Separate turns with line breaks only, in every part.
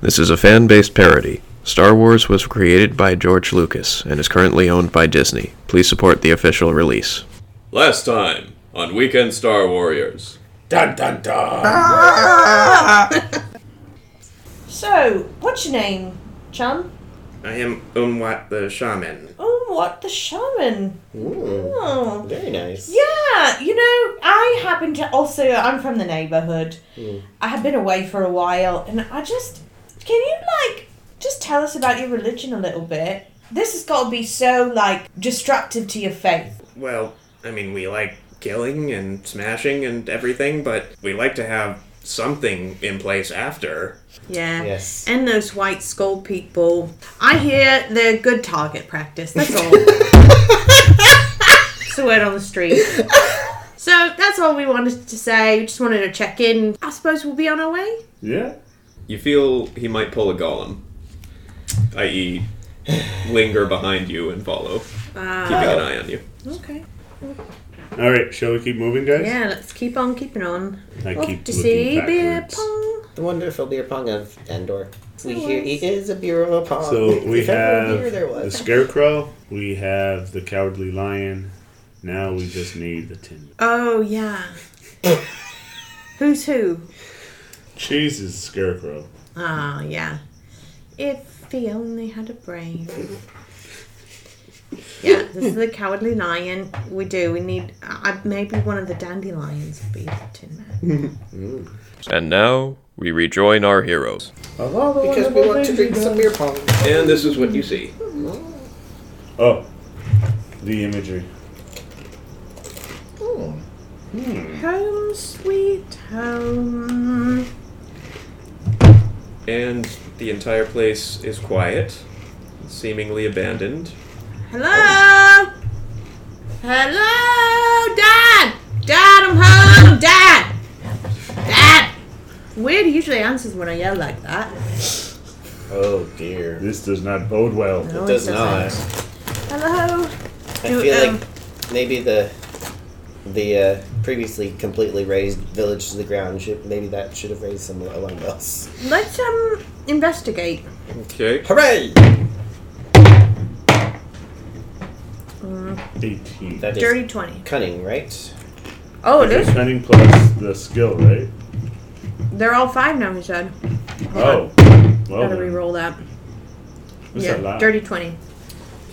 This is a fan based parody. Star Wars was created by George Lucas and is currently owned by Disney. Please support the official release.
Last time on Weekend Star Warriors.
Dun dun dun.
So, what's your name, Chan?
I am Unwat the Shaman.
Oh, what the shaman?
Ooh,
Oh.
very nice.
Yeah, you know, I happen to also, I'm from the neighbourhood. I had been away for a while, and I just, can you like, just tell us about your religion a little bit? This has got to be so, like, destructive to your faith.
Well, I mean, we like killing and smashing and everything, but we like to have something in place after.
Yeah.
Yes.
And those white skull people. I hear they're good target practice, that's all. it's the word on the street. So that's all we wanted to say. We just wanted to check in. I suppose we'll be on our way.
Yeah.
You feel he might pull a golem, i.e., linger behind you and follow,
Uh,
keeping an eye on you.
okay.
All right, shall we keep moving, guys?
Yeah, let's keep on keeping on.
I
Off
keep
to
looking
see beer
backwards.
pong.
The wonderful beer pong of Endor. We
There
hear he
was.
is a bureau pong.
So we
If ever a
have
beer there
the
was.
scarecrow. We have the cowardly lion. Now we just need the tin.
Oh yeah. Who's who?
Cheese is the scarecrow.
Ah yeah. If he only had a brain. Yeah, this is the cowardly lion. We do. We need. I I- maybe one of the dandelions would be the Tin Man.
And now we rejoin our heroes.
Because we want to drink some beer pong.
And this is what you see.
Oh, the imagery.
Home sweet home.
And the entire place is quiet, seemingly abandoned.
Hello? Hello, Dad! Dad, I'm home! Dad! Dad! Weird usually answers when I yell like that.
Oh dear.
This does not bode well.
It
No, it
does not.
doesn't. Hello?
I feel
um,
like maybe the the uh, previously completely raised village to the ground should maybe that should have raised some alarm bells.
Let's um investigate.
Okay.
Hooray!
Eighteen.
That is
Dirty 20.
cunning, right?
Oh, it
The
is?
cunning plus the skill, right?
They're all five now, he said.
Oh, well.
Gotta
then.
re-roll that.
That's a
yeah,
lot.
dirty 20.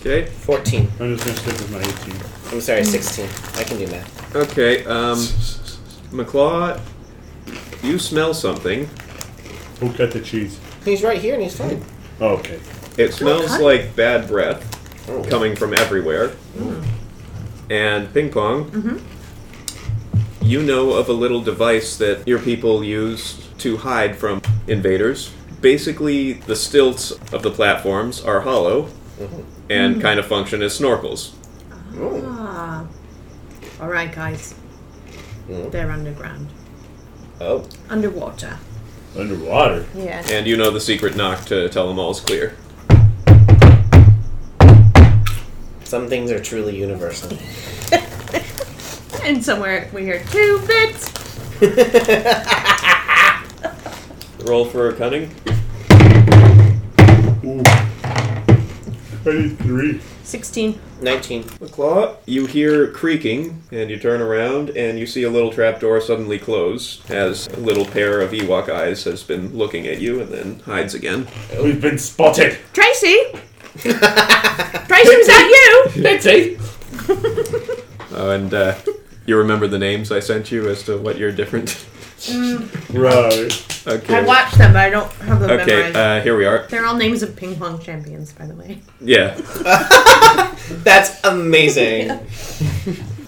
Okay.
Fourteen.
I'm just gonna stick with my eighteen.
I'm sorry, sixteen. I can do math.
Okay. Um, McClaw, you smell something.
Who cut the cheese?
He's right here and he's fine.
Oh, okay.
It smells
Okay.
like bad breath coming from everywhere. And ping pong. You know of a little device that your people use to hide from invaders. Basically, the stilts of the platforms are hollow and kind of function as snorkels.
Ah. Alright, guys.
Mm.
They're underground.
Oh.
Underwater.
Underwater.
Yeah.
And you know the secret knock to tell them all's clear.
Some things are truly universal.
And somewhere we hear two bits.
Roll for cunning.
Ooh. I need three.
16.
Nineteen.
Claw, you hear creaking, and you turn around, and you see a little trapdoor suddenly close as a little pair of Ewok eyes has been looking at you and then hides again.
We've been spotted.
Tracy! Tracy, was that you?
Oh, and uh, you remember the names I sent you as to what you're different?
Right.
Okay.
I watched them, but I don't have them
Okay,
memorized.
uh, here we are.
They're all names of ping pong champions, by the way.
Yeah,
That's amazing.
I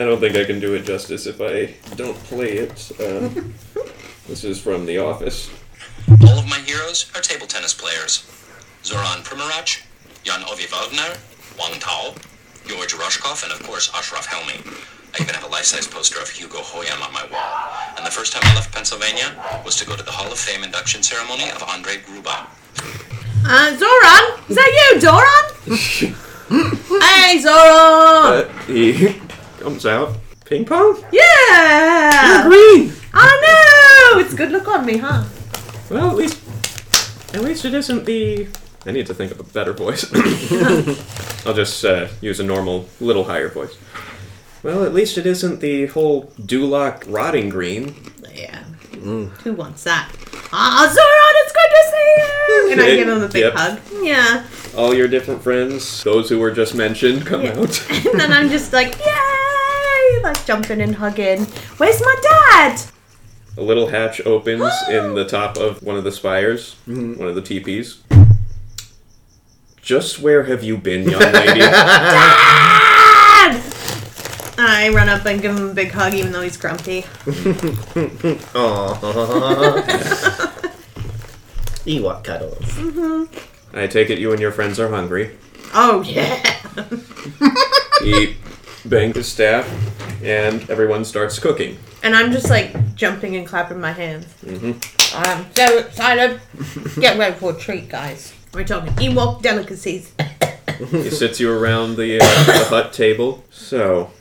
don't think I can do it justice if I don't play it. Um, this is from The Office.
All of my heroes are table tennis players. Zoran Primarach, Jan Ovi Wagner, Wang Tao, George Roshkov, and of course Ashraf Helmi. I even have a life-size poster of Hugo Hoyam on my wall. And the first time I left Pennsylvania was to go to the Hall of Fame induction ceremony of Andre Gruba.
Uh, Zoran! Is that you, Zoran? hey, Zoran!
But Uh, he comes out. Ping pong?
Yeah! Oh,
Green!
I know! It's good luck on me, huh?
Well, at least
At least it isn't the.
I need to think of a better voice. I'll just uh, use a normal, little higher voice. Well, at least it isn't the whole Duloc rotting green.
Yeah.
Mm.
Who wants that? Ah, Zoran, it's good to see you! And I give him a big
Yep.
hug. Yeah.
All your different friends, those who were just mentioned, come
Yeah.
out.
And then I'm just like, yay! Like jumping and hugging. Where's my dad?
A little hatch opens in the top of one of the spires, one of the teepees. Just where have you been, young lady?
Dad! And I run up and give him a big hug, even though he's grumpy.
Ewok cuddles.
I take it you and your friends are hungry.
Oh, yeah.
He banged his staff, and everyone starts cooking.
And I'm just like jumping and clapping my hands.
Mm-hmm.
I'm so excited. Get ready for a treat, guys. We're talking Ewok delicacies.
He sits you around the, uh, the hut table. So,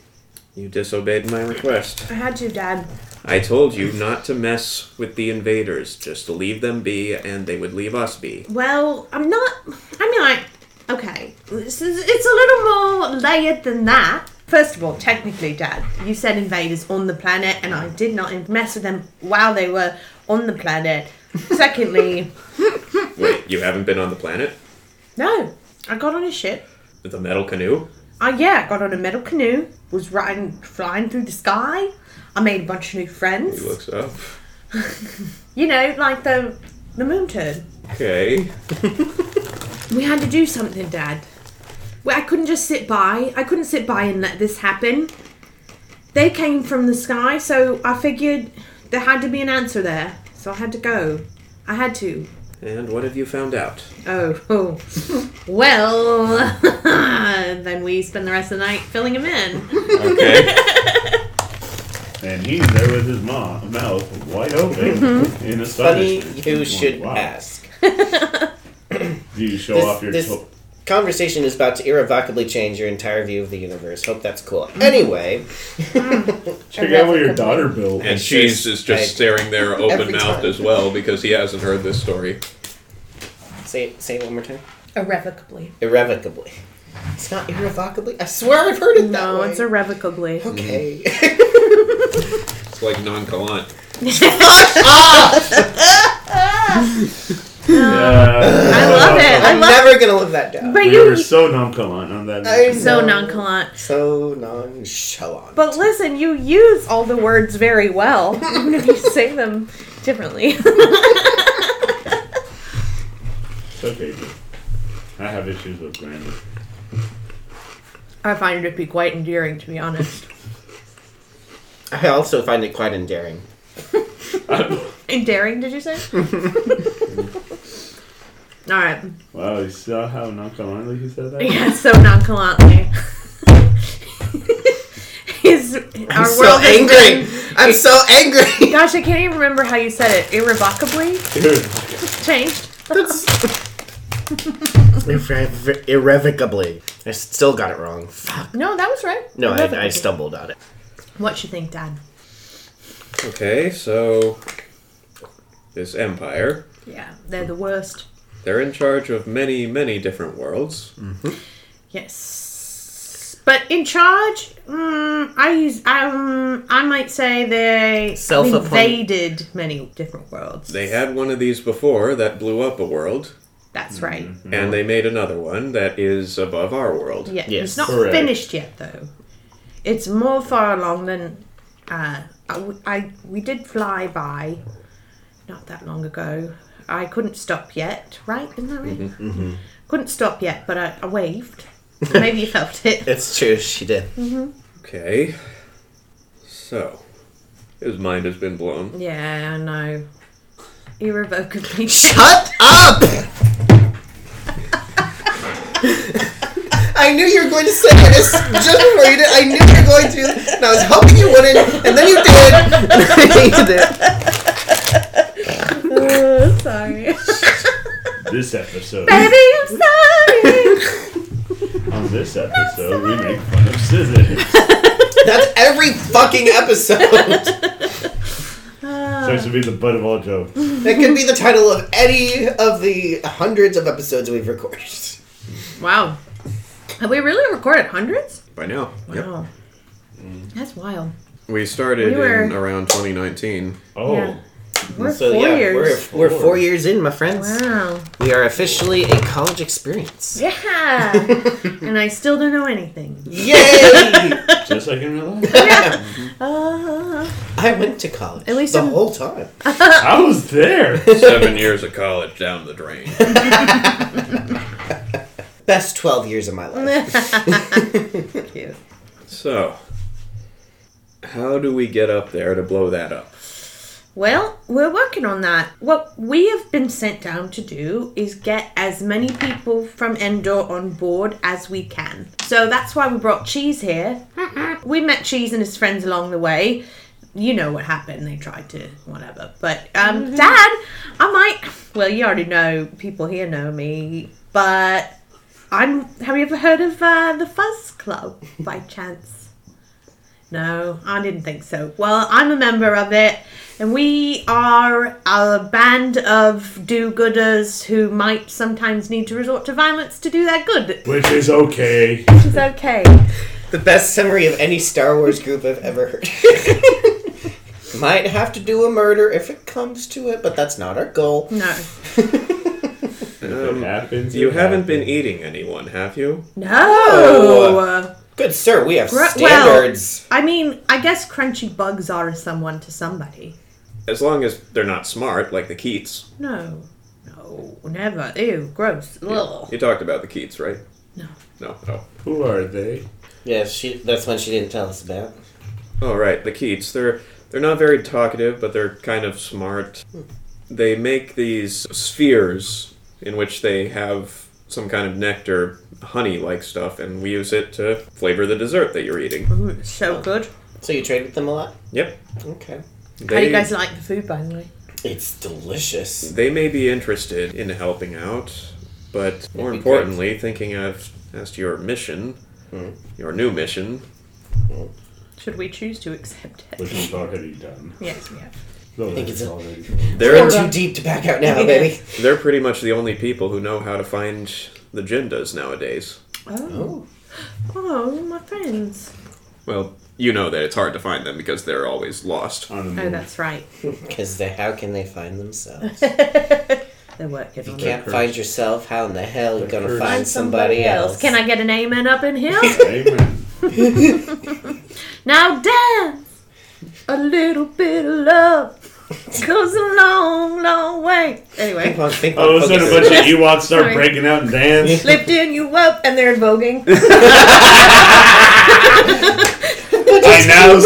you disobeyed my request.
I had to, Dad.
I told you not to mess with the invaders, just to leave them be, and they would leave us be.
Well, I'm not. I mean, I. Okay. This is, it's a little more layered than that. First of all, technically, Dad, you said invaders on the planet, and I did not mess with them while they were on the planet. Secondly,
Wait, you haven't been on the planet?
no. I got on a ship.
The metal canoe?
I, yeah, I got on a metal canoe, was riding, flying through the sky. I made a bunch of new friends.
He looks up.
You know, like the the moon turd.
Okay.
We had to do something, Dad. Well, I couldn't just sit by. I couldn't sit by and let this happen. They came from the sky, so I figured there had to be an answer there. So I had to go. I had to.
And what have you found out?
Oh, oh. well. then we spend the rest of the night filling him in.
Okay.
And he's there with his ma- mouth wide open in
Funny,
astonishment.
you
Wow.
should
Wow.
ask.
Do you show
This-
off your
this-
to-
Conversation is about to irrevocably change your entire view of the universe. Hope that's cool. Anyway,
Check out what your daughter built.
And she's is just
Hey.
staring there open
Every
mouthed
time.
as well because he hasn't heard this story.
say say it one more time.
Irrevocably.
Irrevocably. It's not irrevocably. I swear I've heard it that
No,
way. Mm-hmm.
it's irrevocably.
okay.
It's like nonchalant.
Yeah.
I love it. I
I'm
love.
never gonna live that down.
But
We were
you
so nonchalant on that.
I'm
so nonchalant.
So nonchalant.
But listen, you use all the words very well, even if you say them differently.
It's okay. dude. I have issues with grammar.
I find it to be quite endearing, to be honest.
I also find it quite endearing.
Endearing, did you say? all right.
Wow, you saw how nonchalantly he said that?
Yeah, so nonchalantly. His,
I'm
our
so
world is-
angry. I'm so angry.
Gosh, I can't even remember how you said it. Irrevocably
Dude,
changed.
Irrev- irrevocably. I still got it wrong. Fuck.
No, that was right.
No, I, I
Irrevocably.
stumbled on it.
What you think, Dad?
Okay, so this empire.
Yeah, they're the worst.
They're in charge of many, many different worlds.
Yes. But in charge, mm, I use um, I might say they
Self-appoint-
invaded many different worlds.
Hmm.
They had one of these before that blew up a world,
That's right.
and they made another one that is above our world.
Yeah,
Yes.
it's not
Correct.
finished yet though. It's more far along than uh, I, w- I- we did fly by not that long ago. I couldn't stop yet, right? Isn't that right? Couldn't stop yet, but I, I waved. Maybe you felt it.
It's true. She did.
Okay. So his mind has been blown.
Yeah, I know. Irrevocably.
Shut up! I knew you were going to say this just before you did. I knew you were going to, and I was hoping you wouldn't, and then you did. And then you did.
sorry.
this episode.
Baby, I'm sorry.
on this episode, we make fun of scissors.
That's every fucking episode.
Starts to be the butt of all jokes.
That could be the title of any of the hundreds of episodes we've recorded.
Wow. Have we really recorded hundreds?
By now. Yep.
Wow. That's wild.
We started
We were-
in around 2019.
Oh,
Yeah. We're
so
four
yeah,
years.
we're we're four years in, my friends.
Wow.
We are officially a college experience.
Yeah. and I still don't know anything.
Yay!
just like in real life.
Uh,
I went to college.
At least
the
I'm-
whole time.
I was there.
Seven years of college down the drain.
Best twelve years of my life.
cute.
So, how do we get up there to blow that up?
Well, we're working on that. What we have been sent down to do is get as many people from Endor on board as we can. So that's why we brought Cheese here. We met Cheese and his friends along the way. You know what happened. They tried to whatever. But um, Dad, I might. Well, you already know. People here know me, but I'm. Have you ever heard of uh, the Fuzz Club by chance? No, I didn't think so. Well, I'm a member of it, and we are a band of do gooders who might sometimes need to resort to violence to do their good,
Which is okay.
which is okay.
the best summary of any Star Wars group I've ever heard. Might have to do a murder if it comes to it, but that's not our goal.
No.
If it happens.
Um, You
it
haven't been
happens.
eating anyone, have you?
No!
Oh. Good sir, we have
Gr- well-
standards.
I mean, I guess crunchy bugs are someone to somebody.
As long as they're not smart, like the Keats.
No. No, never. Ew, gross. Ugh.
You talked about the Keats, right?
No.
No. Oh.
Who are they?
yeah, she, that's one she didn't tell us about.
Oh, right. The Keats. They're they're not very talkative, but they're kind of smart.
Hmm.
They make these spheres in which they have some kind of nectar, honey-like stuff, and we use it to flavor the dessert that you're eating.
Mm, So good.
So you trade with them a lot?
Yep.
Okay.
They,
How do you guys like the food, by the way?
It's delicious.
They may be interested in helping out, but more
be
importantly, thinking of as to your mission,
Hmm.
your new mission.
Should we choose to accept
Which
it?
is already done.
yes, we have.
No,
think
that's
it's a-
already
We're
They're
too deep to back out now,
Yeah.
baby.
they're pretty much the only people who know how to find the jindas nowadays.
Oh.
Oh,
oh, my friends.
Well, you know that it's hard to find them because they're always lost.
on the moon.
Oh, that's right.
because they, how can they find themselves?
They're working
You
on
can't
it.
find yourself. How in the hell are you gonna
cursed.
find somebody else?
Can I get an amen up in here?
Amen.
now dance! A little bit of love goes a long, long way.
Ping
Anyway,
pong, ping pong.
All of a sudden, a bunch of Ewoks start
Sorry.
breaking out and dance.
lifting you up, and they're voguing.
I now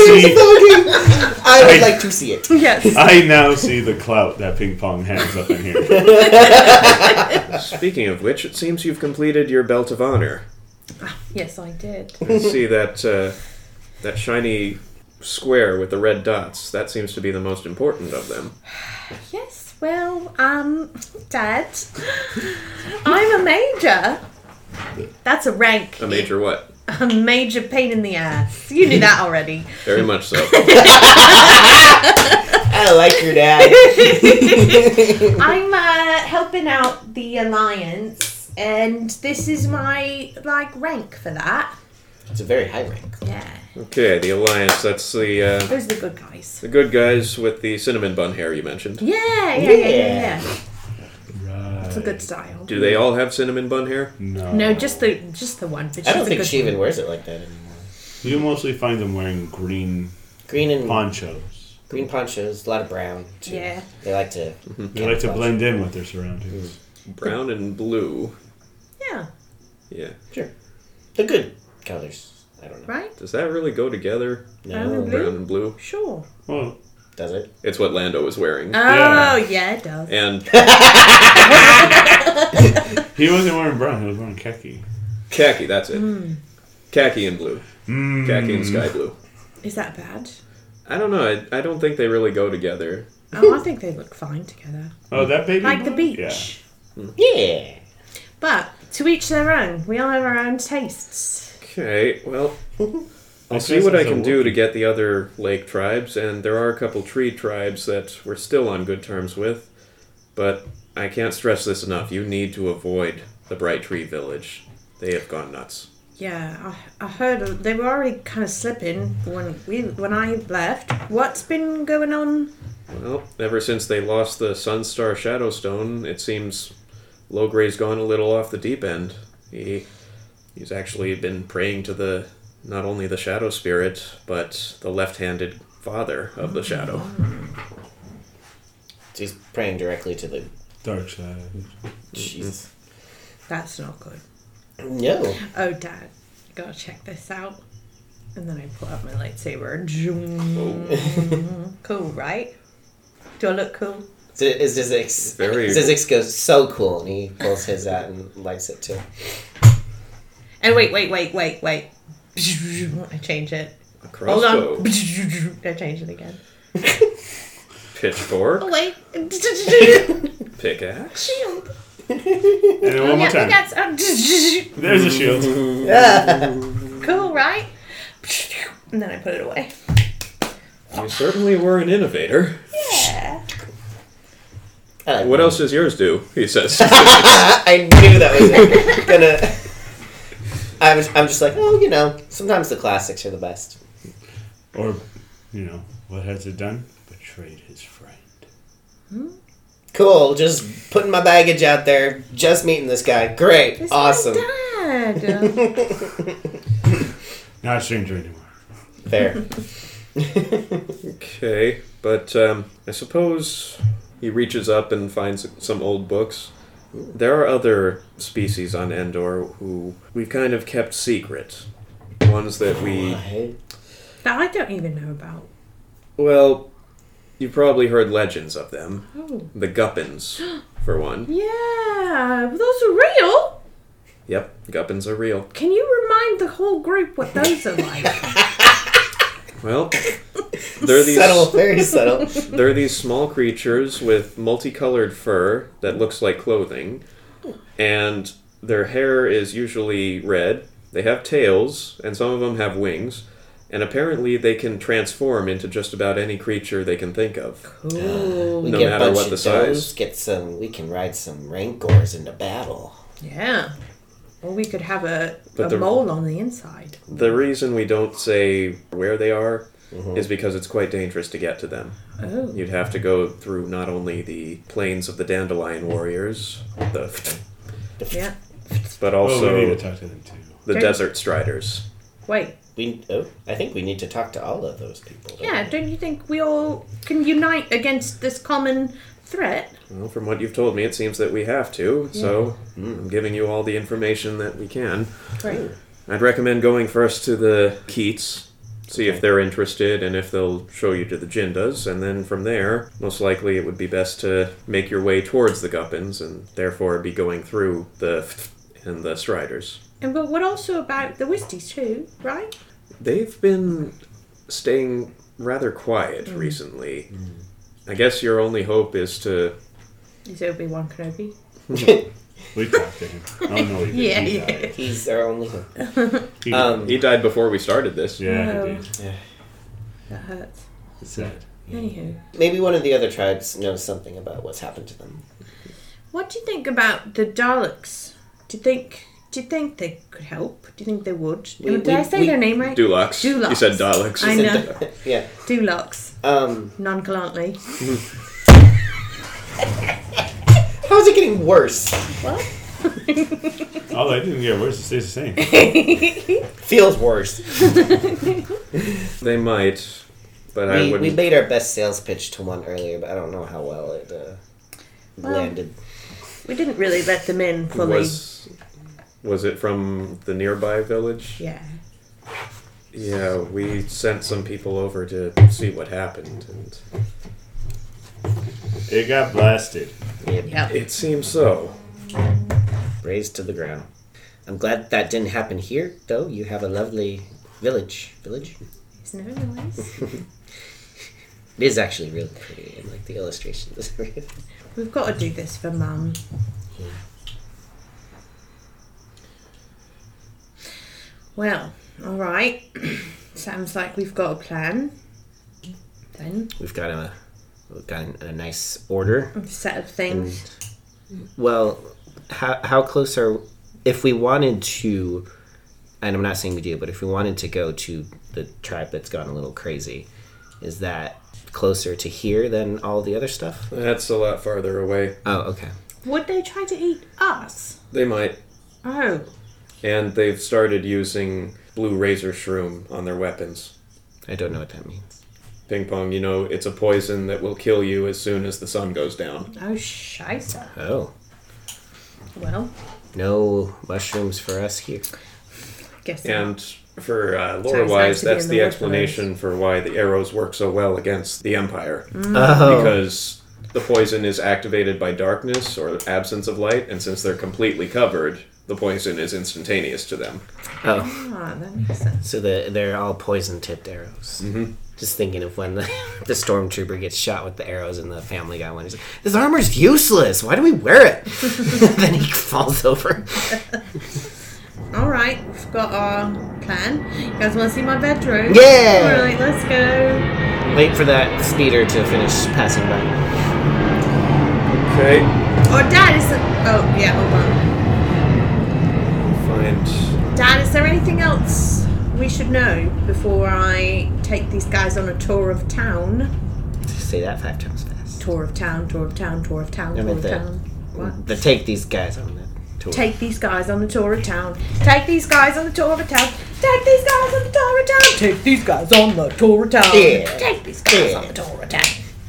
see.
I would
I-
like to see it.
yes.
I now see the clout that ping pong has up in here.
Speaking of which, it seems you've completed your belt of honor.
Yes, I did.
I see that uh, that shiny square with the red dots. That seems to be the most important of them.
Yes, well, um, Dad, I'm a major. That's a rank.
A major what?
A major pain in the ass. You knew that already.
Very much so.
I like your dad.
I'm uh, helping out the alliance, and this is my like rank for that.
It's a very high rank.
Yeah,
Okay, the alliance. That's the uh,
those are the good guys.
The good guys with the cinnamon bun hair you mentioned.
Yeah, yeah, yeah, yeah. yeah,
Yeah.
It's a good style.
Do they all have cinnamon bun hair?
No.
No, just the just the one. But
I don't
she's a
think
good
she even
one.
wears it like that anymore.
You mostly find them wearing green
Green and
ponchos.
green ponchos, a lot of brown. Too.
Yeah.
They like to.
They like to blend in with their surroundings.
Brown and blue.
Yeah,
Yeah.
Sure. They're good colors. I don't know.
right.
Does that really go together?
Brown and
No,
blue.
Brown and blue?
Sure.
Well,
does it?
It's what Lando was wearing.
Oh yeah, it does.
And
he wasn't wearing brown. He was wearing khaki.
khaki, that's it. Khaki and blue.
Mm.
Khaki and sky blue.
Is that bad?
I don't know. I, I don't think they really go together.
Oh, I think they look fine together,
Oh, that baby.
like the
boy?
beach.
Yeah.
Yeah.
But to each their own. We all have our own tastes.
Okay, well,
I'll
see what I can do to get the other lake tribes, and there are a couple tree tribes that we're still on good terms with. But I can't stress this enough. You need to avoid the Bright Tree Village. They have gone nuts.
Yeah, I, I heard they were already kind of slipping when we when I left. What's been going on?
Well, ever since they lost the Sunstar Shadowstone, it seems Logray's gone a little off the deep end. He he's actually been praying to the not only the Shadow Spirit, but the left-handed father of the Shadow.
So he's praying directly to the.
Dark side.
Oh,
Jeez.
That's not good.
No.
Oh, Dad, I gotta check this out. And then I pull out my lightsaber.
Oh.
Zoom. cool, right? Do I look cool?
So is Zizix.
Very-
Zizix goes so cool, and he pulls his out and lights it too.
And Oh, wait, wait, wait, wait, wait. I change it.
A
Hold on.
crossbow,
I change it again.
pitchfork,
Oh wait.
pickaxe.
Shield.
And then one more
Yeah,
time.
that's uh,
There's a shield.
cool, right? And then I put it away.
You certainly were an innovator.
Yeah.
I like
What else does yours do? He says.
I knew that was gonna. I was, I'm just like, oh, you know, sometimes the classics are the best.
Or, you know, what has it done? Betrayed his friend.
Cool, just putting my baggage out there, just meeting this guy. Great,
It's my
awesome.
Dad.
Not a stranger anymore.
There.
Okay, but um, I suppose he reaches up and finds some old books. There are other species on Endor who we've kind of kept secret. Ones that we.
Right.
that I don't even know about.
Well, you've probably heard legends of them.
Oh.
The Guppins, for one.
Yeah, but those are real.
Yep, Guppins are real.
Can you remind the whole group what those are like?
Well, they're these.
Subtle, very subtle.
They're these small creatures with multicolored fur that looks like clothing, and their hair is usually red. They have tails, and some of them have wings, and apparently they can transform into just about any creature they can think of.
We
No
get a
matter
bunch
what
of
the size.
those, get some, we can ride some Rancors into battle.
Yeah. Or we could have a,
But
a
the-
mole on the inside.
The reason we don't say where they are
Mm-hmm.
is because it's quite dangerous to get to them.
Oh.
You'd have to go through not only the plains of the Dandelion Warriors, the,
Yeah.
but
oh, we need
also
to talk to them too.
the
Okay.
Desert Striders.
Wait.
We, oh, I think we need to talk to all of those people. don't
Yeah, don't you think we all can unite against this common threat?
Well, from what you've told me, it seems that we have to, so hmm, I'm giving you all the information that we can.
Right.
I'd recommend going first to the Keats, see if they're interested and if they'll show you to the Jindas, and then from there, most likely it would be best to make your way towards the Guppins and therefore be going through the and the Striders.
And but what also about the Wisties too, right?
They've been staying rather quiet recently. I guess your only hope is to
Is Obi Wan Kenobi?
We talked to him. I don't know what he did.
Yeah,
He
yeah.
died.
we? He's our only.
He-
Um,
he died before we started this.
yeah, he
No.
did.
That hurts.
It's sad.
Anywho.
maybe one of the other tribes knows something about what's happened to them.
What do you think about the Daleks? Do you think do you think they could help? Do you think they would?
We-
Did I
we-
say
we-
their name right?
Dulux. You said Daleks.
I know.
yeah.
Dulux.
Um,
Nonchalantly.
how is it getting worse?
All I didn't get worse. It stays the same.
Feels worse.
They might, but I
we, we
wouldn't.
made our best sales pitch to one earlier, but I don't know how well it uh, landed.
We didn't really let them in fully.
was was it from the nearby village?
Yeah.
Yeah, we sent some people over to see what happened, and
It got blasted.
Yeah.
it seems so.
Raised to the ground. I'm glad that didn't happen here, though. You have a lovely village. Village?
Isn't it nice?
It is actually really pretty, and like the illustrations.
We've got to do this for Mum. Well, all right. Sounds like we've got a plan. Then
We've got a, We've got in a nice order.
set of things.
Well, how, how close are if we wanted to? And I'm not saying we do, but if we wanted to go to the tribe that's gone a little crazy, is that closer to here than all the other stuff?
That's a lot farther away.
Oh, okay.
Would they try to eat us?
They might.
Oh,
And they've started using blue razor shroom on their weapons.
I don't know what that means.
Ping pong, you know, it's a poison that will kill you as soon as the sun goes down.
oh, shiza.
Oh,
Well,
no mushrooms for us here.
guess
And for uh,
nice
lore wise,
to be
that's
in
the,
the lore
explanation for why the arrows work so well against the Empire.
Mm.
Oh,
Because the poison is activated by darkness or absence of light, and since they're completely covered, the poison is instantaneous to them.
oh,
Ah, that makes sense.
so the, they're all poison-tipped arrows. Mm-hmm. Just thinking of when the, the stormtrooper gets shot with the arrows and the Family Guy one. He's like, "This armor's useless. Why do we wear it?" then he falls over.
All right, we've got our plan. You guys want to see my bedroom?
Yeah.
All right, let's go.
Wait for that speeder to finish passing by.
Okay,
Oh, Dad, is there... Oh, yeah, hold
find.
on. Dad, is there anything else we should know before I take these guys on a tour of town?
Say that five times fast.
Tour of town, tour of town, tour of town,
I
tour
meant
of
that.
town. What?
The take these guys on the tour.
Take these guys on the tour of town. Take these guys on the tour of town. Take these guys on the tour of town. Take these guys on the tour of town.
Yeah.
Take these guys
Yeah.
on the tour of town.